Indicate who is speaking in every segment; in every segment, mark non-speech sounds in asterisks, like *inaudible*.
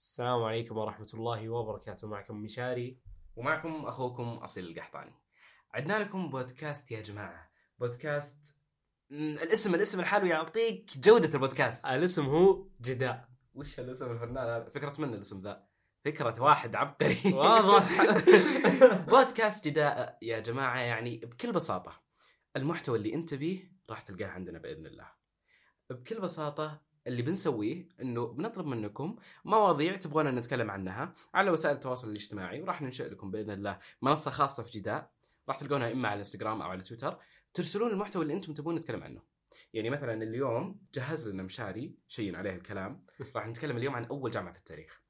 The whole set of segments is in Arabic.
Speaker 1: السلام عليكم ورحمة الله وبركاته معكم مشاري
Speaker 2: ومعكم اخوكم اصيل القحطاني. عدنا لكم بودكاست يا جماعه، بودكاست مم، الاسم الاسم لحاله يعطيك جوده البودكاست.
Speaker 1: الاسم هو جداء
Speaker 2: وش الاسم الفنان هذا؟ فكره من الاسم ذا؟ فكره واحد عبقري *laughs*
Speaker 1: واضح.
Speaker 2: بودكاست جداء يا جماعه يعني بكل بساطه المحتوى اللي انت بيه راح تلقاه عندنا باذن الله. بكل بساطه اللي بنسويه انه بنطلب منكم مواضيع تبغونا نتكلم عنها على وسائل التواصل الاجتماعي وراح ننشئ لكم باذن الله منصه خاصه في جداء راح تلقونها اما على الانستغرام او على تويتر ترسلون المحتوى اللي انتم تبون نتكلم عنه يعني مثلا اليوم جهز لنا مشاري شيء عليه الكلام راح نتكلم اليوم عن اول جامعه في التاريخ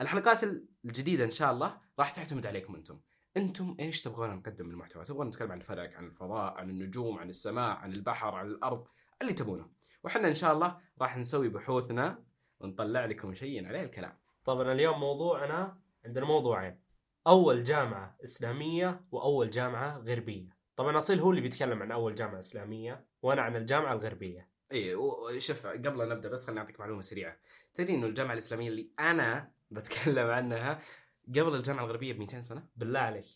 Speaker 2: الحلقات الجديده ان شاء الله راح تعتمد عليكم انتم انتم ايش تبغون نقدم من المحتوى تبغون نتكلم عن الفلك عن الفضاء عن النجوم عن السماء عن البحر عن الارض اللي تبونه وحنا ان شاء الله راح نسوي بحوثنا ونطلع لكم شيء عليه الكلام
Speaker 1: طبعا اليوم موضوعنا عندنا موضوعين أول جامعة إسلامية وأول جامعة غربية طبعا أصيل هو اللي بيتكلم عن أول جامعة إسلامية وأنا عن الجامعة الغربية
Speaker 2: اي وشوف إيه، قبل لا نبدا بس خليني اعطيك معلومه سريعه تدري انه الجامعه الاسلاميه اللي انا *laughs* بتكلم عنها قبل الجامعه الغربيه ب 200 سنه
Speaker 1: بالله عليك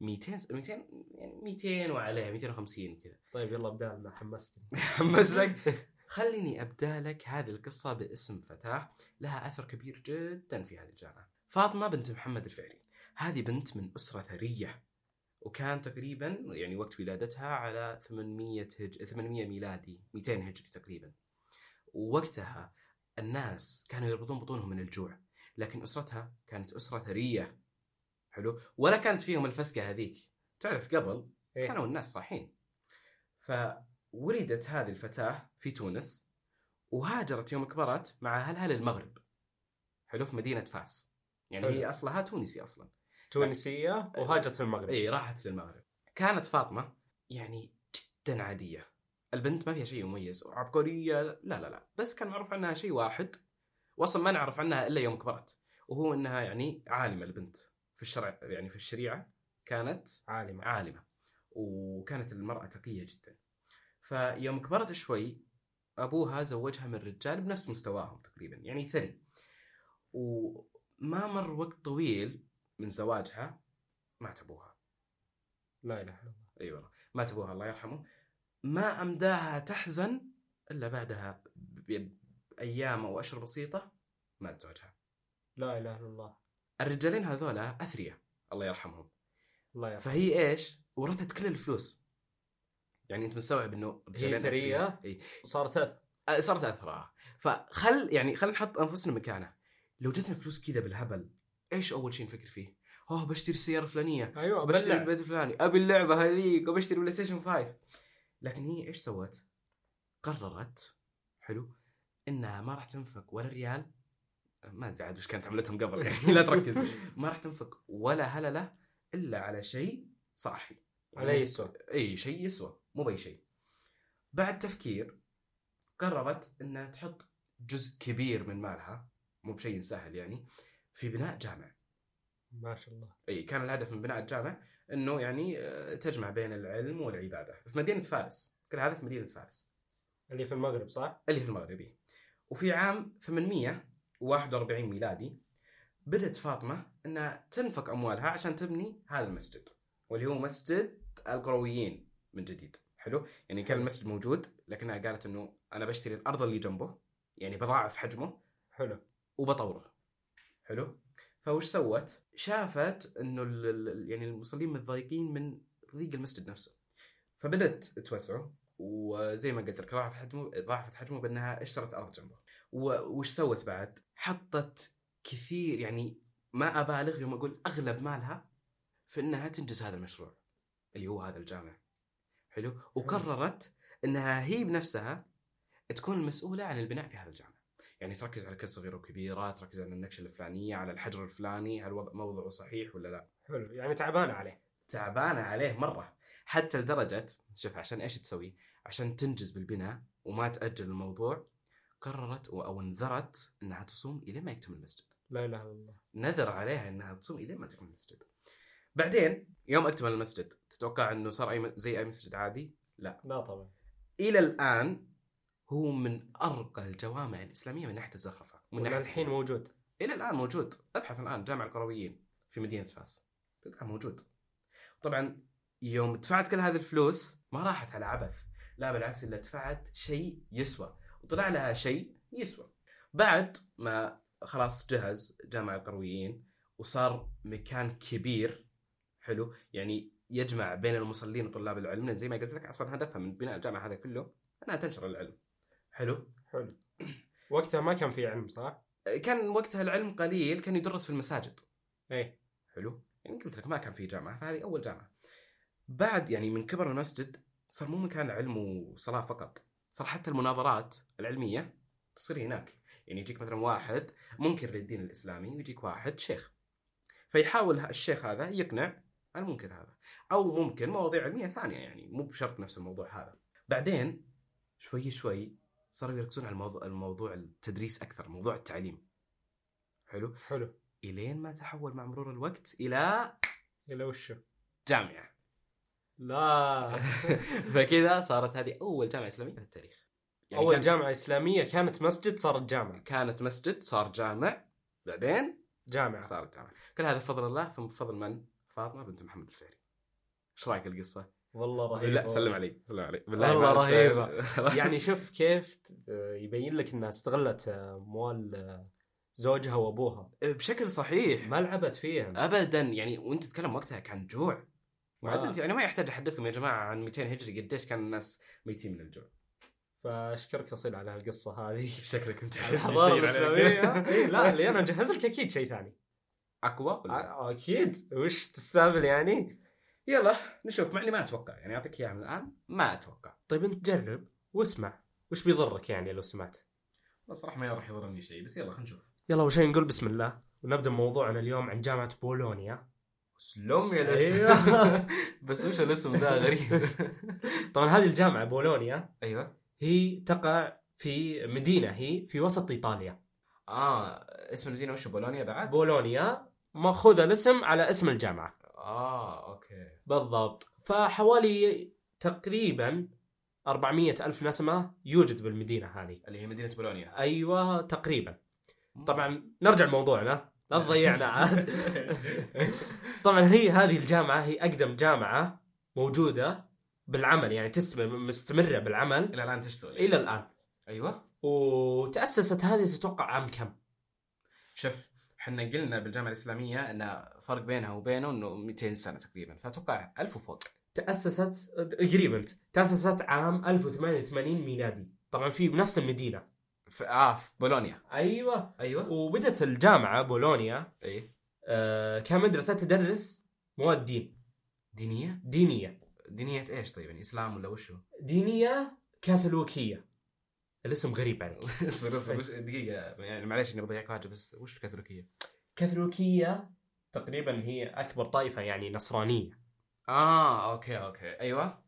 Speaker 2: 200 س- 200 يعني 200 وعليه 250 كذا
Speaker 1: طيب يلا ابدأ لنا حمستني
Speaker 2: حمس لك خليني ابدا لك هذه القصه باسم فتاه لها اثر كبير جدا في هذه الجامعه فاطمه بنت محمد الفعلي هذه بنت من اسره ثريه وكان تقريبا يعني وقت ولادتها على 800 هج 800 ميلادي 200 هجري تقريبا ووقتها الناس كانوا يربطون بطونهم من الجوع لكن اسرتها كانت اسره ثريه حلو ولا كانت فيهم الفسكه هذيك تعرف قبل
Speaker 1: إيه.
Speaker 2: كانوا الناس صاحين فولدت هذه الفتاة في تونس وهاجرت يوم كبرت مع أهلها للمغرب حلو في مدينة فاس يعني
Speaker 1: حلو.
Speaker 2: هي أصلها تونسي أصلا
Speaker 1: *laughs* تونسية وهاجت المغرب
Speaker 2: إي راحت للمغرب كانت فاطمة يعني جدا عادية البنت ما فيها شيء مميز وعبقرية لا لا لا بس كان معروف عنها شيء واحد وأصلا ما نعرف عنها إلا يوم كبرت وهو إنها يعني عالمة البنت في الشرع يعني في الشريعة كانت
Speaker 1: عالمة
Speaker 2: عالمة وكانت المرأة تقية جدا فيوم كبرت شوي أبوها زوجها من رجال بنفس مستواهم تقريبا يعني ثري وما مر وقت طويل من زواجها مات أبوها
Speaker 1: لا إله إلا الله
Speaker 2: أي والله مات أبوها الله يرحمه ما أمداها تحزن إلا بعدها ب- بأيام أو أشهر بسيطة مات زوجها
Speaker 1: لا إله إلا الله
Speaker 2: الرجالين هذولا أثرياء الله يرحمهم
Speaker 1: الله يرحمه
Speaker 2: فهي ايش؟ ورثت كل الفلوس. يعني انت مستوعب انه رجالين
Speaker 1: ثرية؟
Speaker 2: أثرياء. اي
Speaker 1: صارت أث
Speaker 2: أه، صارت اثراء. فخل يعني خل نحط انفسنا مكانه. لو جتنا فلوس كذا بالهبل، ايش اول شيء نفكر فيه؟ اوه بشتري السياره الفلانيه،
Speaker 1: أيوة
Speaker 2: بشتري
Speaker 1: بلع
Speaker 2: البيت الفلاني، ابي اللعبه هذيك، وبشتري بلاي ستيشن 5. لكن هي ايش سوت؟ قررت حلو انها ما راح تنفق ولا ريال ما ادري عاد وش كانت عملتهم قبل يعني *laughs* لا تركز
Speaker 1: *laughs*
Speaker 2: ما راح تنفق ولا هلله الا على شيء صاحي
Speaker 1: على أي سؤال
Speaker 2: اي شيء يسوى مو باي شيء بعد تفكير قررت انها تحط جزء كبير من مالها مو بشيء سهل يعني في بناء جامع
Speaker 1: ما شاء الله
Speaker 2: اي كان الهدف من بناء الجامع انه يعني آه، تجمع بين العلم والعباده في مدينه فارس كل هذا في مدينه فارس
Speaker 1: اللي في المغرب صح؟
Speaker 2: اللي في المغرب إي. وفي عام 841 ميلادي بدت فاطمه انها تنفق اموالها عشان تبني هذا المسجد واللي هو مسجد القرويين من جديد حلو يعني كان المسجد موجود لكنها قالت انه انا بشتري الارض اللي جنبه يعني بضاعف حجمه
Speaker 1: حلو
Speaker 2: وبطوره حلو فوش سوت شافت انه ال- ال- يعني المصلين متضايقين من ضيق المسجد نفسه فبدت توسعه وزي ما قلت لك ضاعفت حجمه ضاعفت حجمه بانها اشترت ارض جنبه و- وش سوت بعد حطت كثير يعني ما ابالغ يوم اقول اغلب مالها في انها تنجز هذا المشروع اللي هو هذا الجامع حلو وقررت انها هي بنفسها تكون المسؤوله عن البناء في هذا الجامع يعني تركز على كل صغيره وكبيره تركز على النكشه الفلانيه على الحجر الفلاني هل وضع موضعه صحيح ولا لا
Speaker 1: حلو يعني تعبانة عليه
Speaker 2: تعبانه عليه مره حتى لدرجه شوف عشان ايش تسوي عشان تنجز بالبناء وما تاجل الموضوع قررت و- او انذرت انها تصوم الى ما يكتمل المسجد
Speaker 1: لا إله إلا الله
Speaker 2: نذر عليها انها تصوم الى ما تكمل المسجد بعدين يوم اكتمل المسجد تتوقع انه صار اي م- زي اي مسجد عادي
Speaker 1: لا طبعا
Speaker 2: الى الان هو من ارقى الجوامع الاسلاميه من ناحيه الزخرفه من
Speaker 1: ولا الحين موجود
Speaker 2: الى الان موجود ابحث الان جامع القرويين في مدينه فاس الان موجود طبعا يوم دفعت كل هذه الفلوس ما راحت على عبث لا بالعكس الا دفعت شيء يسوى وطلع لها شيء يسوى بعد ما خلاص جهز جامع القرويين وصار مكان كبير حلو يعني يجمع بين المصلين وطلاب العلم لأن زي ما قلت لك اصلا هدفها من بناء الجامعه هذا كله انها تنشر العلم حلو
Speaker 1: حلو وقتها ما كان في علم صح؟
Speaker 2: كان وقتها العلم قليل كان يدرس في المساجد
Speaker 1: ايه
Speaker 2: حلو يعني قلت لك ما كان في جامعه فهذه اول جامعه بعد يعني من كبر المسجد صار مو مكان علم وصلاه فقط صار حتى المناظرات العلميه تصير هناك يعني يجيك مثلا واحد منكر للدين الاسلامي ويجيك واحد شيخ فيحاول الشيخ هذا يقنع المنكر هذا او ممكن مواضيع علميه ثانيه يعني مو بشرط نفس الموضوع هذا بعدين شوي شوي صاروا يركزون على الموضوع, الموضوع التدريس اكثر موضوع التعليم حلو
Speaker 1: حلو
Speaker 2: الين ما تحول مع مرور الوقت الى
Speaker 1: الى وشو؟
Speaker 2: جامعه
Speaker 1: لا
Speaker 2: *laughs* فكذا صارت هذه اول جامعه اسلاميه في التاريخ
Speaker 1: اول
Speaker 2: يعني كان-
Speaker 1: جامعه اسلاميه كانت مسجد صارت جامعه
Speaker 2: كانت مسجد صار جامع بعدين
Speaker 1: جامعه
Speaker 2: صار جامع كل هذا بفضل الله ثم بفضل من؟ فاطمه بنت محمد الفهري ايش رايك القصه؟
Speaker 1: والله رهيبه
Speaker 2: لا سلم *laughs* علي سلم علي
Speaker 1: والله
Speaker 2: ما
Speaker 1: رهيبة.
Speaker 2: *laughs* أستاهل.
Speaker 1: يعني شوف كيف ت- يبين لك انها استغلت اموال زوجها وابوها
Speaker 2: بشكل صحيح
Speaker 1: ما لعبت فيها
Speaker 2: ابدا يعني وانت تتكلم وقتها كان جوع وبعدين
Speaker 1: آه.
Speaker 2: انت يعني ما يحتاج احدثكم يا جماعه عن 200 هجري قديش كان الناس ميتين من الجوع *laughs*
Speaker 1: فاشكرك اصيل على هالقصه هذه
Speaker 2: شكلك مجهز
Speaker 1: الحضاره
Speaker 2: شيء عليك. *laughs*
Speaker 1: الاسلاميه إيه، لا اللي انا مجهز لك اكيد شيء ثاني
Speaker 2: اقوى ولا؟
Speaker 1: آه، اكيد وش تستهبل يعني
Speaker 2: يلا نشوف مع اني ما اتوقع يعني اعطيك اياها من الان ما اتوقع
Speaker 1: طيب انت جرب واسمع وش بيضرك يعني لو سمعت
Speaker 2: بس صراحه ما راح يضرني شيء بس يلا خلينا نشوف
Speaker 1: يلا اول شيء نقول بسم الله ونبدا موضوعنا اليوم عن جامعه بولونيا
Speaker 2: سلم يا
Speaker 1: أيوة.
Speaker 2: الاسم *laughs* بس وش الاسم ده
Speaker 1: *laughs*
Speaker 2: غريب
Speaker 1: طبعا هذه الجامعه بولونيا
Speaker 2: ايوه
Speaker 1: هي تقع في مدينه هي في وسط ايطاليا
Speaker 2: اه اسم المدينه وش بولونيا بعد؟
Speaker 1: بولونيا ماخوذه الاسم على اسم الجامعه
Speaker 2: اه اوكي
Speaker 1: بالضبط فحوالي تقريبا 400 ألف نسمة يوجد بالمدينة هذه
Speaker 2: اللي هي مدينه بولونيا
Speaker 1: أيوة تقريبا طبعا نرجع لموضوعنا لا تضيعنا
Speaker 2: *laughs*
Speaker 1: عاد طبعا هي هذه الجامعة هي أقدم جامعة موجودة بالعمل يعني تسم مستمرة بالعمل
Speaker 2: الى الان تشتغل
Speaker 1: إلى الآن
Speaker 2: ايوه
Speaker 1: وتأسست هذه تتوقع عام كم
Speaker 2: شوف احنا قلنا بالجامعه الاسلاميه ان فرق بينها وبينه انه 200 سنه تقريبا فاتوقع 1000 وفوق
Speaker 1: تأسست اجريمنت تأسست عام 1088 ميلادي طبعا في بنفس المدينة
Speaker 2: في اه في بولونيا
Speaker 1: أيوة
Speaker 2: ايوه
Speaker 1: وبدت الجامعة بولونيا
Speaker 2: اي
Speaker 1: آه، كمدرسة تدرس مواد دين
Speaker 2: دينيه
Speaker 1: دينية
Speaker 2: دينيه ايش طيب يعني اسلام ولا وشو؟ *laughs*
Speaker 1: دينية كاثوليكية الاسم غريب عليك
Speaker 2: اصبر اصبر وش- دقيقه يعني معليش اني بضيعك واجب بس وش الكاثوليكيه؟
Speaker 1: كاثوليكية تقريبا هي أكبر طائفة يعني نصرانية
Speaker 2: اه اوكي اوكي ايوه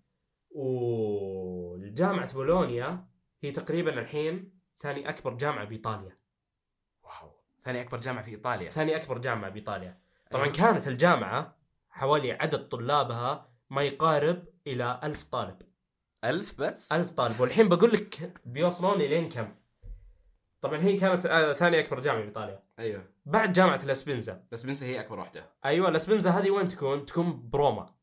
Speaker 1: وجامعة بولونيا هي تقريبا الحين ثاني أكبر جامعة بإيطاليا
Speaker 2: واو ثاني اكبر جامعه في ايطاليا
Speaker 1: ثاني أكبر جامعة بإيطاليا طبعا
Speaker 2: أيوة.
Speaker 1: كانت الجامعة حوالي عدد طلابها ما يقارب إلى ألف طالب
Speaker 2: ألف بس
Speaker 1: ألف طالب والحين بقول لك بيوصلون لين كم طبعا هي كانت آه، ثاني اكبر جامعه بايطاليا
Speaker 2: ايوه
Speaker 1: بعد جامعه الاسبنزا
Speaker 2: بس بنسى هي اكبر واحده
Speaker 1: ايوه الاسبنزا هذه وين تكون تكون بروما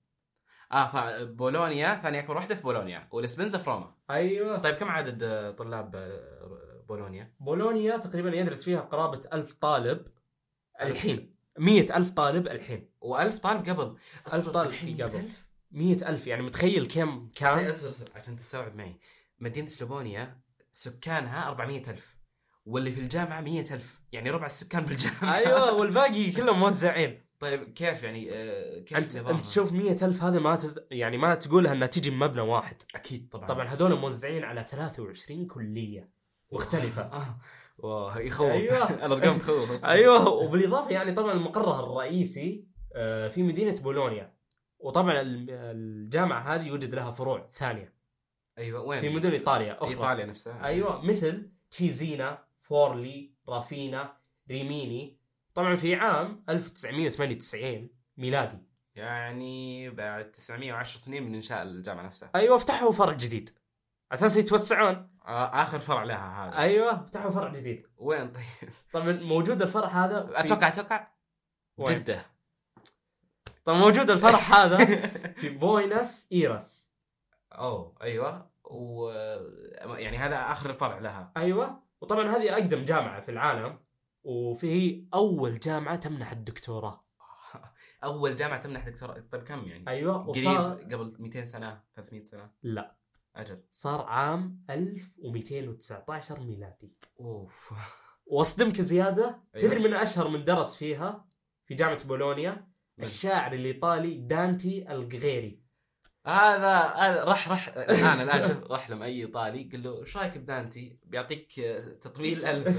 Speaker 2: اه فبولونيا ثاني اكبر واحده في بولونيا والسبنزا في روما
Speaker 1: ايوه
Speaker 2: طيب كم عدد آه، طلاب آه، بولونيا
Speaker 1: بولونيا تقريبا يدرس فيها قرابه ألف طالب الحين مية ألف طالب الحين
Speaker 2: و1000 طالب قبل أصبر،
Speaker 1: طالب
Speaker 2: الحين
Speaker 1: قبل.
Speaker 2: 100000
Speaker 1: مية ألف يعني متخيل كم
Speaker 2: طيب، *laughs*
Speaker 1: كان
Speaker 2: اصبر اصبر عشان تستوعب معي مدينه سلوفونيا سكانها 400000 واللي في الجامعه 100000 يعني ربع السكان بالجامعه
Speaker 1: ايوه والباقي كلهم موزعين
Speaker 2: *laughs* طيب كيف يعني آه، *laughs* كيف
Speaker 1: انت
Speaker 2: نظامها؟
Speaker 1: انت تشوف مية ألف هذا ما تد... يعني ما تقولها انها تجي من مبنى واحد
Speaker 2: اكيد طبعا
Speaker 1: طبعا هذول موزعين على 23 كليه
Speaker 2: *laughs*
Speaker 1: مختلفه
Speaker 2: آه. واه يخوف
Speaker 1: أه.
Speaker 2: *laughs*
Speaker 1: أيوة.
Speaker 2: الارقام تخوف أصلاً.
Speaker 1: ايوه وبالاضافه يعني طبعا مقرها الرئيسي آه، في مدينه بولونيا وطبعا الم- الجامعه هذه يوجد لها فروع ثانيه
Speaker 2: ايوه وين
Speaker 1: في مدن ايطاليا اخرى
Speaker 2: ايطاليا نفسها
Speaker 1: ايوه مثل تشيزينا فورلي رافينا ريميني طبعا في عام 1998 ميلادي
Speaker 2: يعني بعد 910 سنين من انشاء الجامعه نفسها
Speaker 1: ايوه فتحوا أيوة، فرع جديد اساس يتوسعون
Speaker 2: آه، اخر فرع لها هذا
Speaker 1: ايوه فتحوا فرع جديد
Speaker 2: وين طيب؟
Speaker 1: طبعا موجود الفرع هذا في-
Speaker 2: اتوقع اتوقع
Speaker 1: وين؟
Speaker 2: جده
Speaker 1: طبعا موجود الفرع
Speaker 2: *laughs*
Speaker 1: هذا في بوينس ايرس
Speaker 2: اوه ايوه و يعني هذا اخر فرع لها *laughs*
Speaker 1: ايوه وطبعا هذه اقدم جامعه في العالم وفي اول جامعه تمنح الدكتوراه
Speaker 2: اول جامعه تمنح دكتوراه طيب كم يعني؟
Speaker 1: ايوه
Speaker 2: قريب
Speaker 1: وصار
Speaker 2: قبل 200 سنه 300 سنه
Speaker 1: لا.
Speaker 2: اجل
Speaker 1: صار عام 1219 ميلادي
Speaker 2: اوف
Speaker 1: واصدمك زياده
Speaker 2: *laughs* أيوة.
Speaker 1: تدري من اشهر من درس فيها في جامعه بولونيا الشاعر الايطالي دانتي الغيري
Speaker 2: *laughs* هذا هذا راح راح الان الان شوف راح لما اي ايطالي قل له ايش رايك بدانتي؟ بيعطيك آه،
Speaker 1: *laughs*
Speaker 2: تطويل *laughs* قلب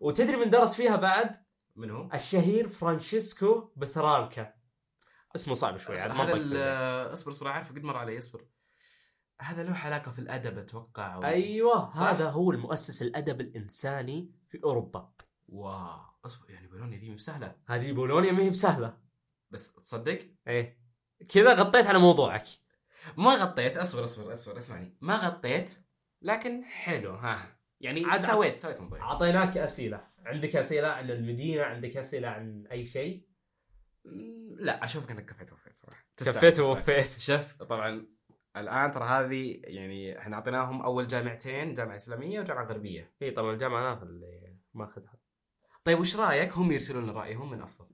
Speaker 1: وتدري من درس فيها بعد
Speaker 2: من هو؟
Speaker 1: الشهير فرانشيسكو بتراركا اسمه صعب شوي عاد
Speaker 2: هذا
Speaker 1: منطقته
Speaker 2: ال-
Speaker 1: زين.
Speaker 2: اصبر اصبر عارف قد مر علي اصبر هذا له علاقه في الادب اتوقع أو-
Speaker 1: ايوه
Speaker 2: صح؟
Speaker 1: هذا هو المؤسس الادب الانساني في اوروبا
Speaker 2: واو اصبر يعني بولونيا دي مش سهله
Speaker 1: هذه بولونيا ما هي بسهله
Speaker 2: بس تصدق
Speaker 1: ايه كذا غطيت على موضوعك
Speaker 2: ما غطيت اصبر اصبر اصبر اسمعني ما غطيت لكن حلو ها يعني
Speaker 1: عاد-
Speaker 2: سويت سويت موضوع
Speaker 1: اعطيناك اسئله عندك اسئله عن المدينه عندك اسئله عن اي شيء
Speaker 2: مم، لا اشوفك انك كفيت ووفيت صراحه تستاهل،
Speaker 1: كفيت
Speaker 2: تستاهل.
Speaker 1: ووفيت
Speaker 2: شف طبعا الان ترى هذه يعني احنا اعطيناهم اول جامعتين جامعه اسلاميه وجامعه غربيه
Speaker 1: اي طبعا الجامعه انا اللي ماخذها
Speaker 2: طيب وش رايك هم يرسلون رايهم من افضل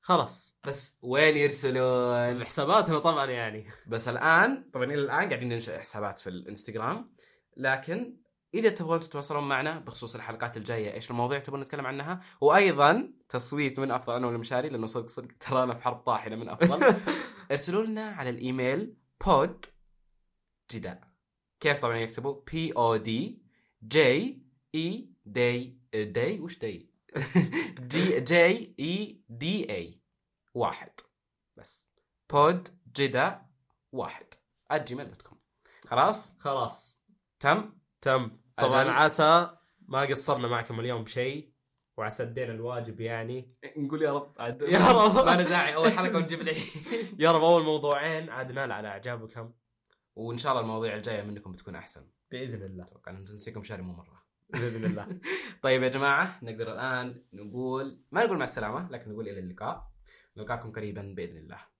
Speaker 1: خلاص
Speaker 2: بس وين يرسلون
Speaker 1: حساباتنا طبعا يعني
Speaker 2: بس الان طبعا الى الان قاعدين ننشا حسابات في الانستغرام لكن اذا تبغون تتواصلون معنا بخصوص الحلقات الجايه ايش المواضيع تبغون نتكلم عنها وايضا تصويت من افضل انا والمشاري لانه صدق صدق ترانا في حرب طاحنه من
Speaker 1: *laughs*
Speaker 2: افضل ارسلوا لنا على الايميل بود جداء كيف طبعا يكتبوا بي او دي جي اي دي دي E وش *laughs* دي جي جي اي دي اي E واحد بس بود جدا واحد @gmail.com خلاص
Speaker 1: خلاص
Speaker 2: تم
Speaker 1: تم طبعا
Speaker 2: أجل.
Speaker 1: عسى ما قصرنا معكم اليوم بشيء وعسى ادينا الواجب يعني
Speaker 2: نقول يا رب عاد
Speaker 1: يا رب.
Speaker 2: *laughs* ما له داعي اول حلقه ونجيب العيد
Speaker 1: يا رب اول موضوعين عاد نال على اعجابكم
Speaker 2: وان شاء الله المواضيع الجايه منكم بتكون احسن
Speaker 1: باذن الله
Speaker 2: اتوقع إن ننسيكم شهر مو مره
Speaker 1: باذن الله
Speaker 2: طيب يا جماعة نقدر الآن نقول ما نقول مع السلامة لكن نقول إلى اللقاء نلقاكم قريبا بإذن الله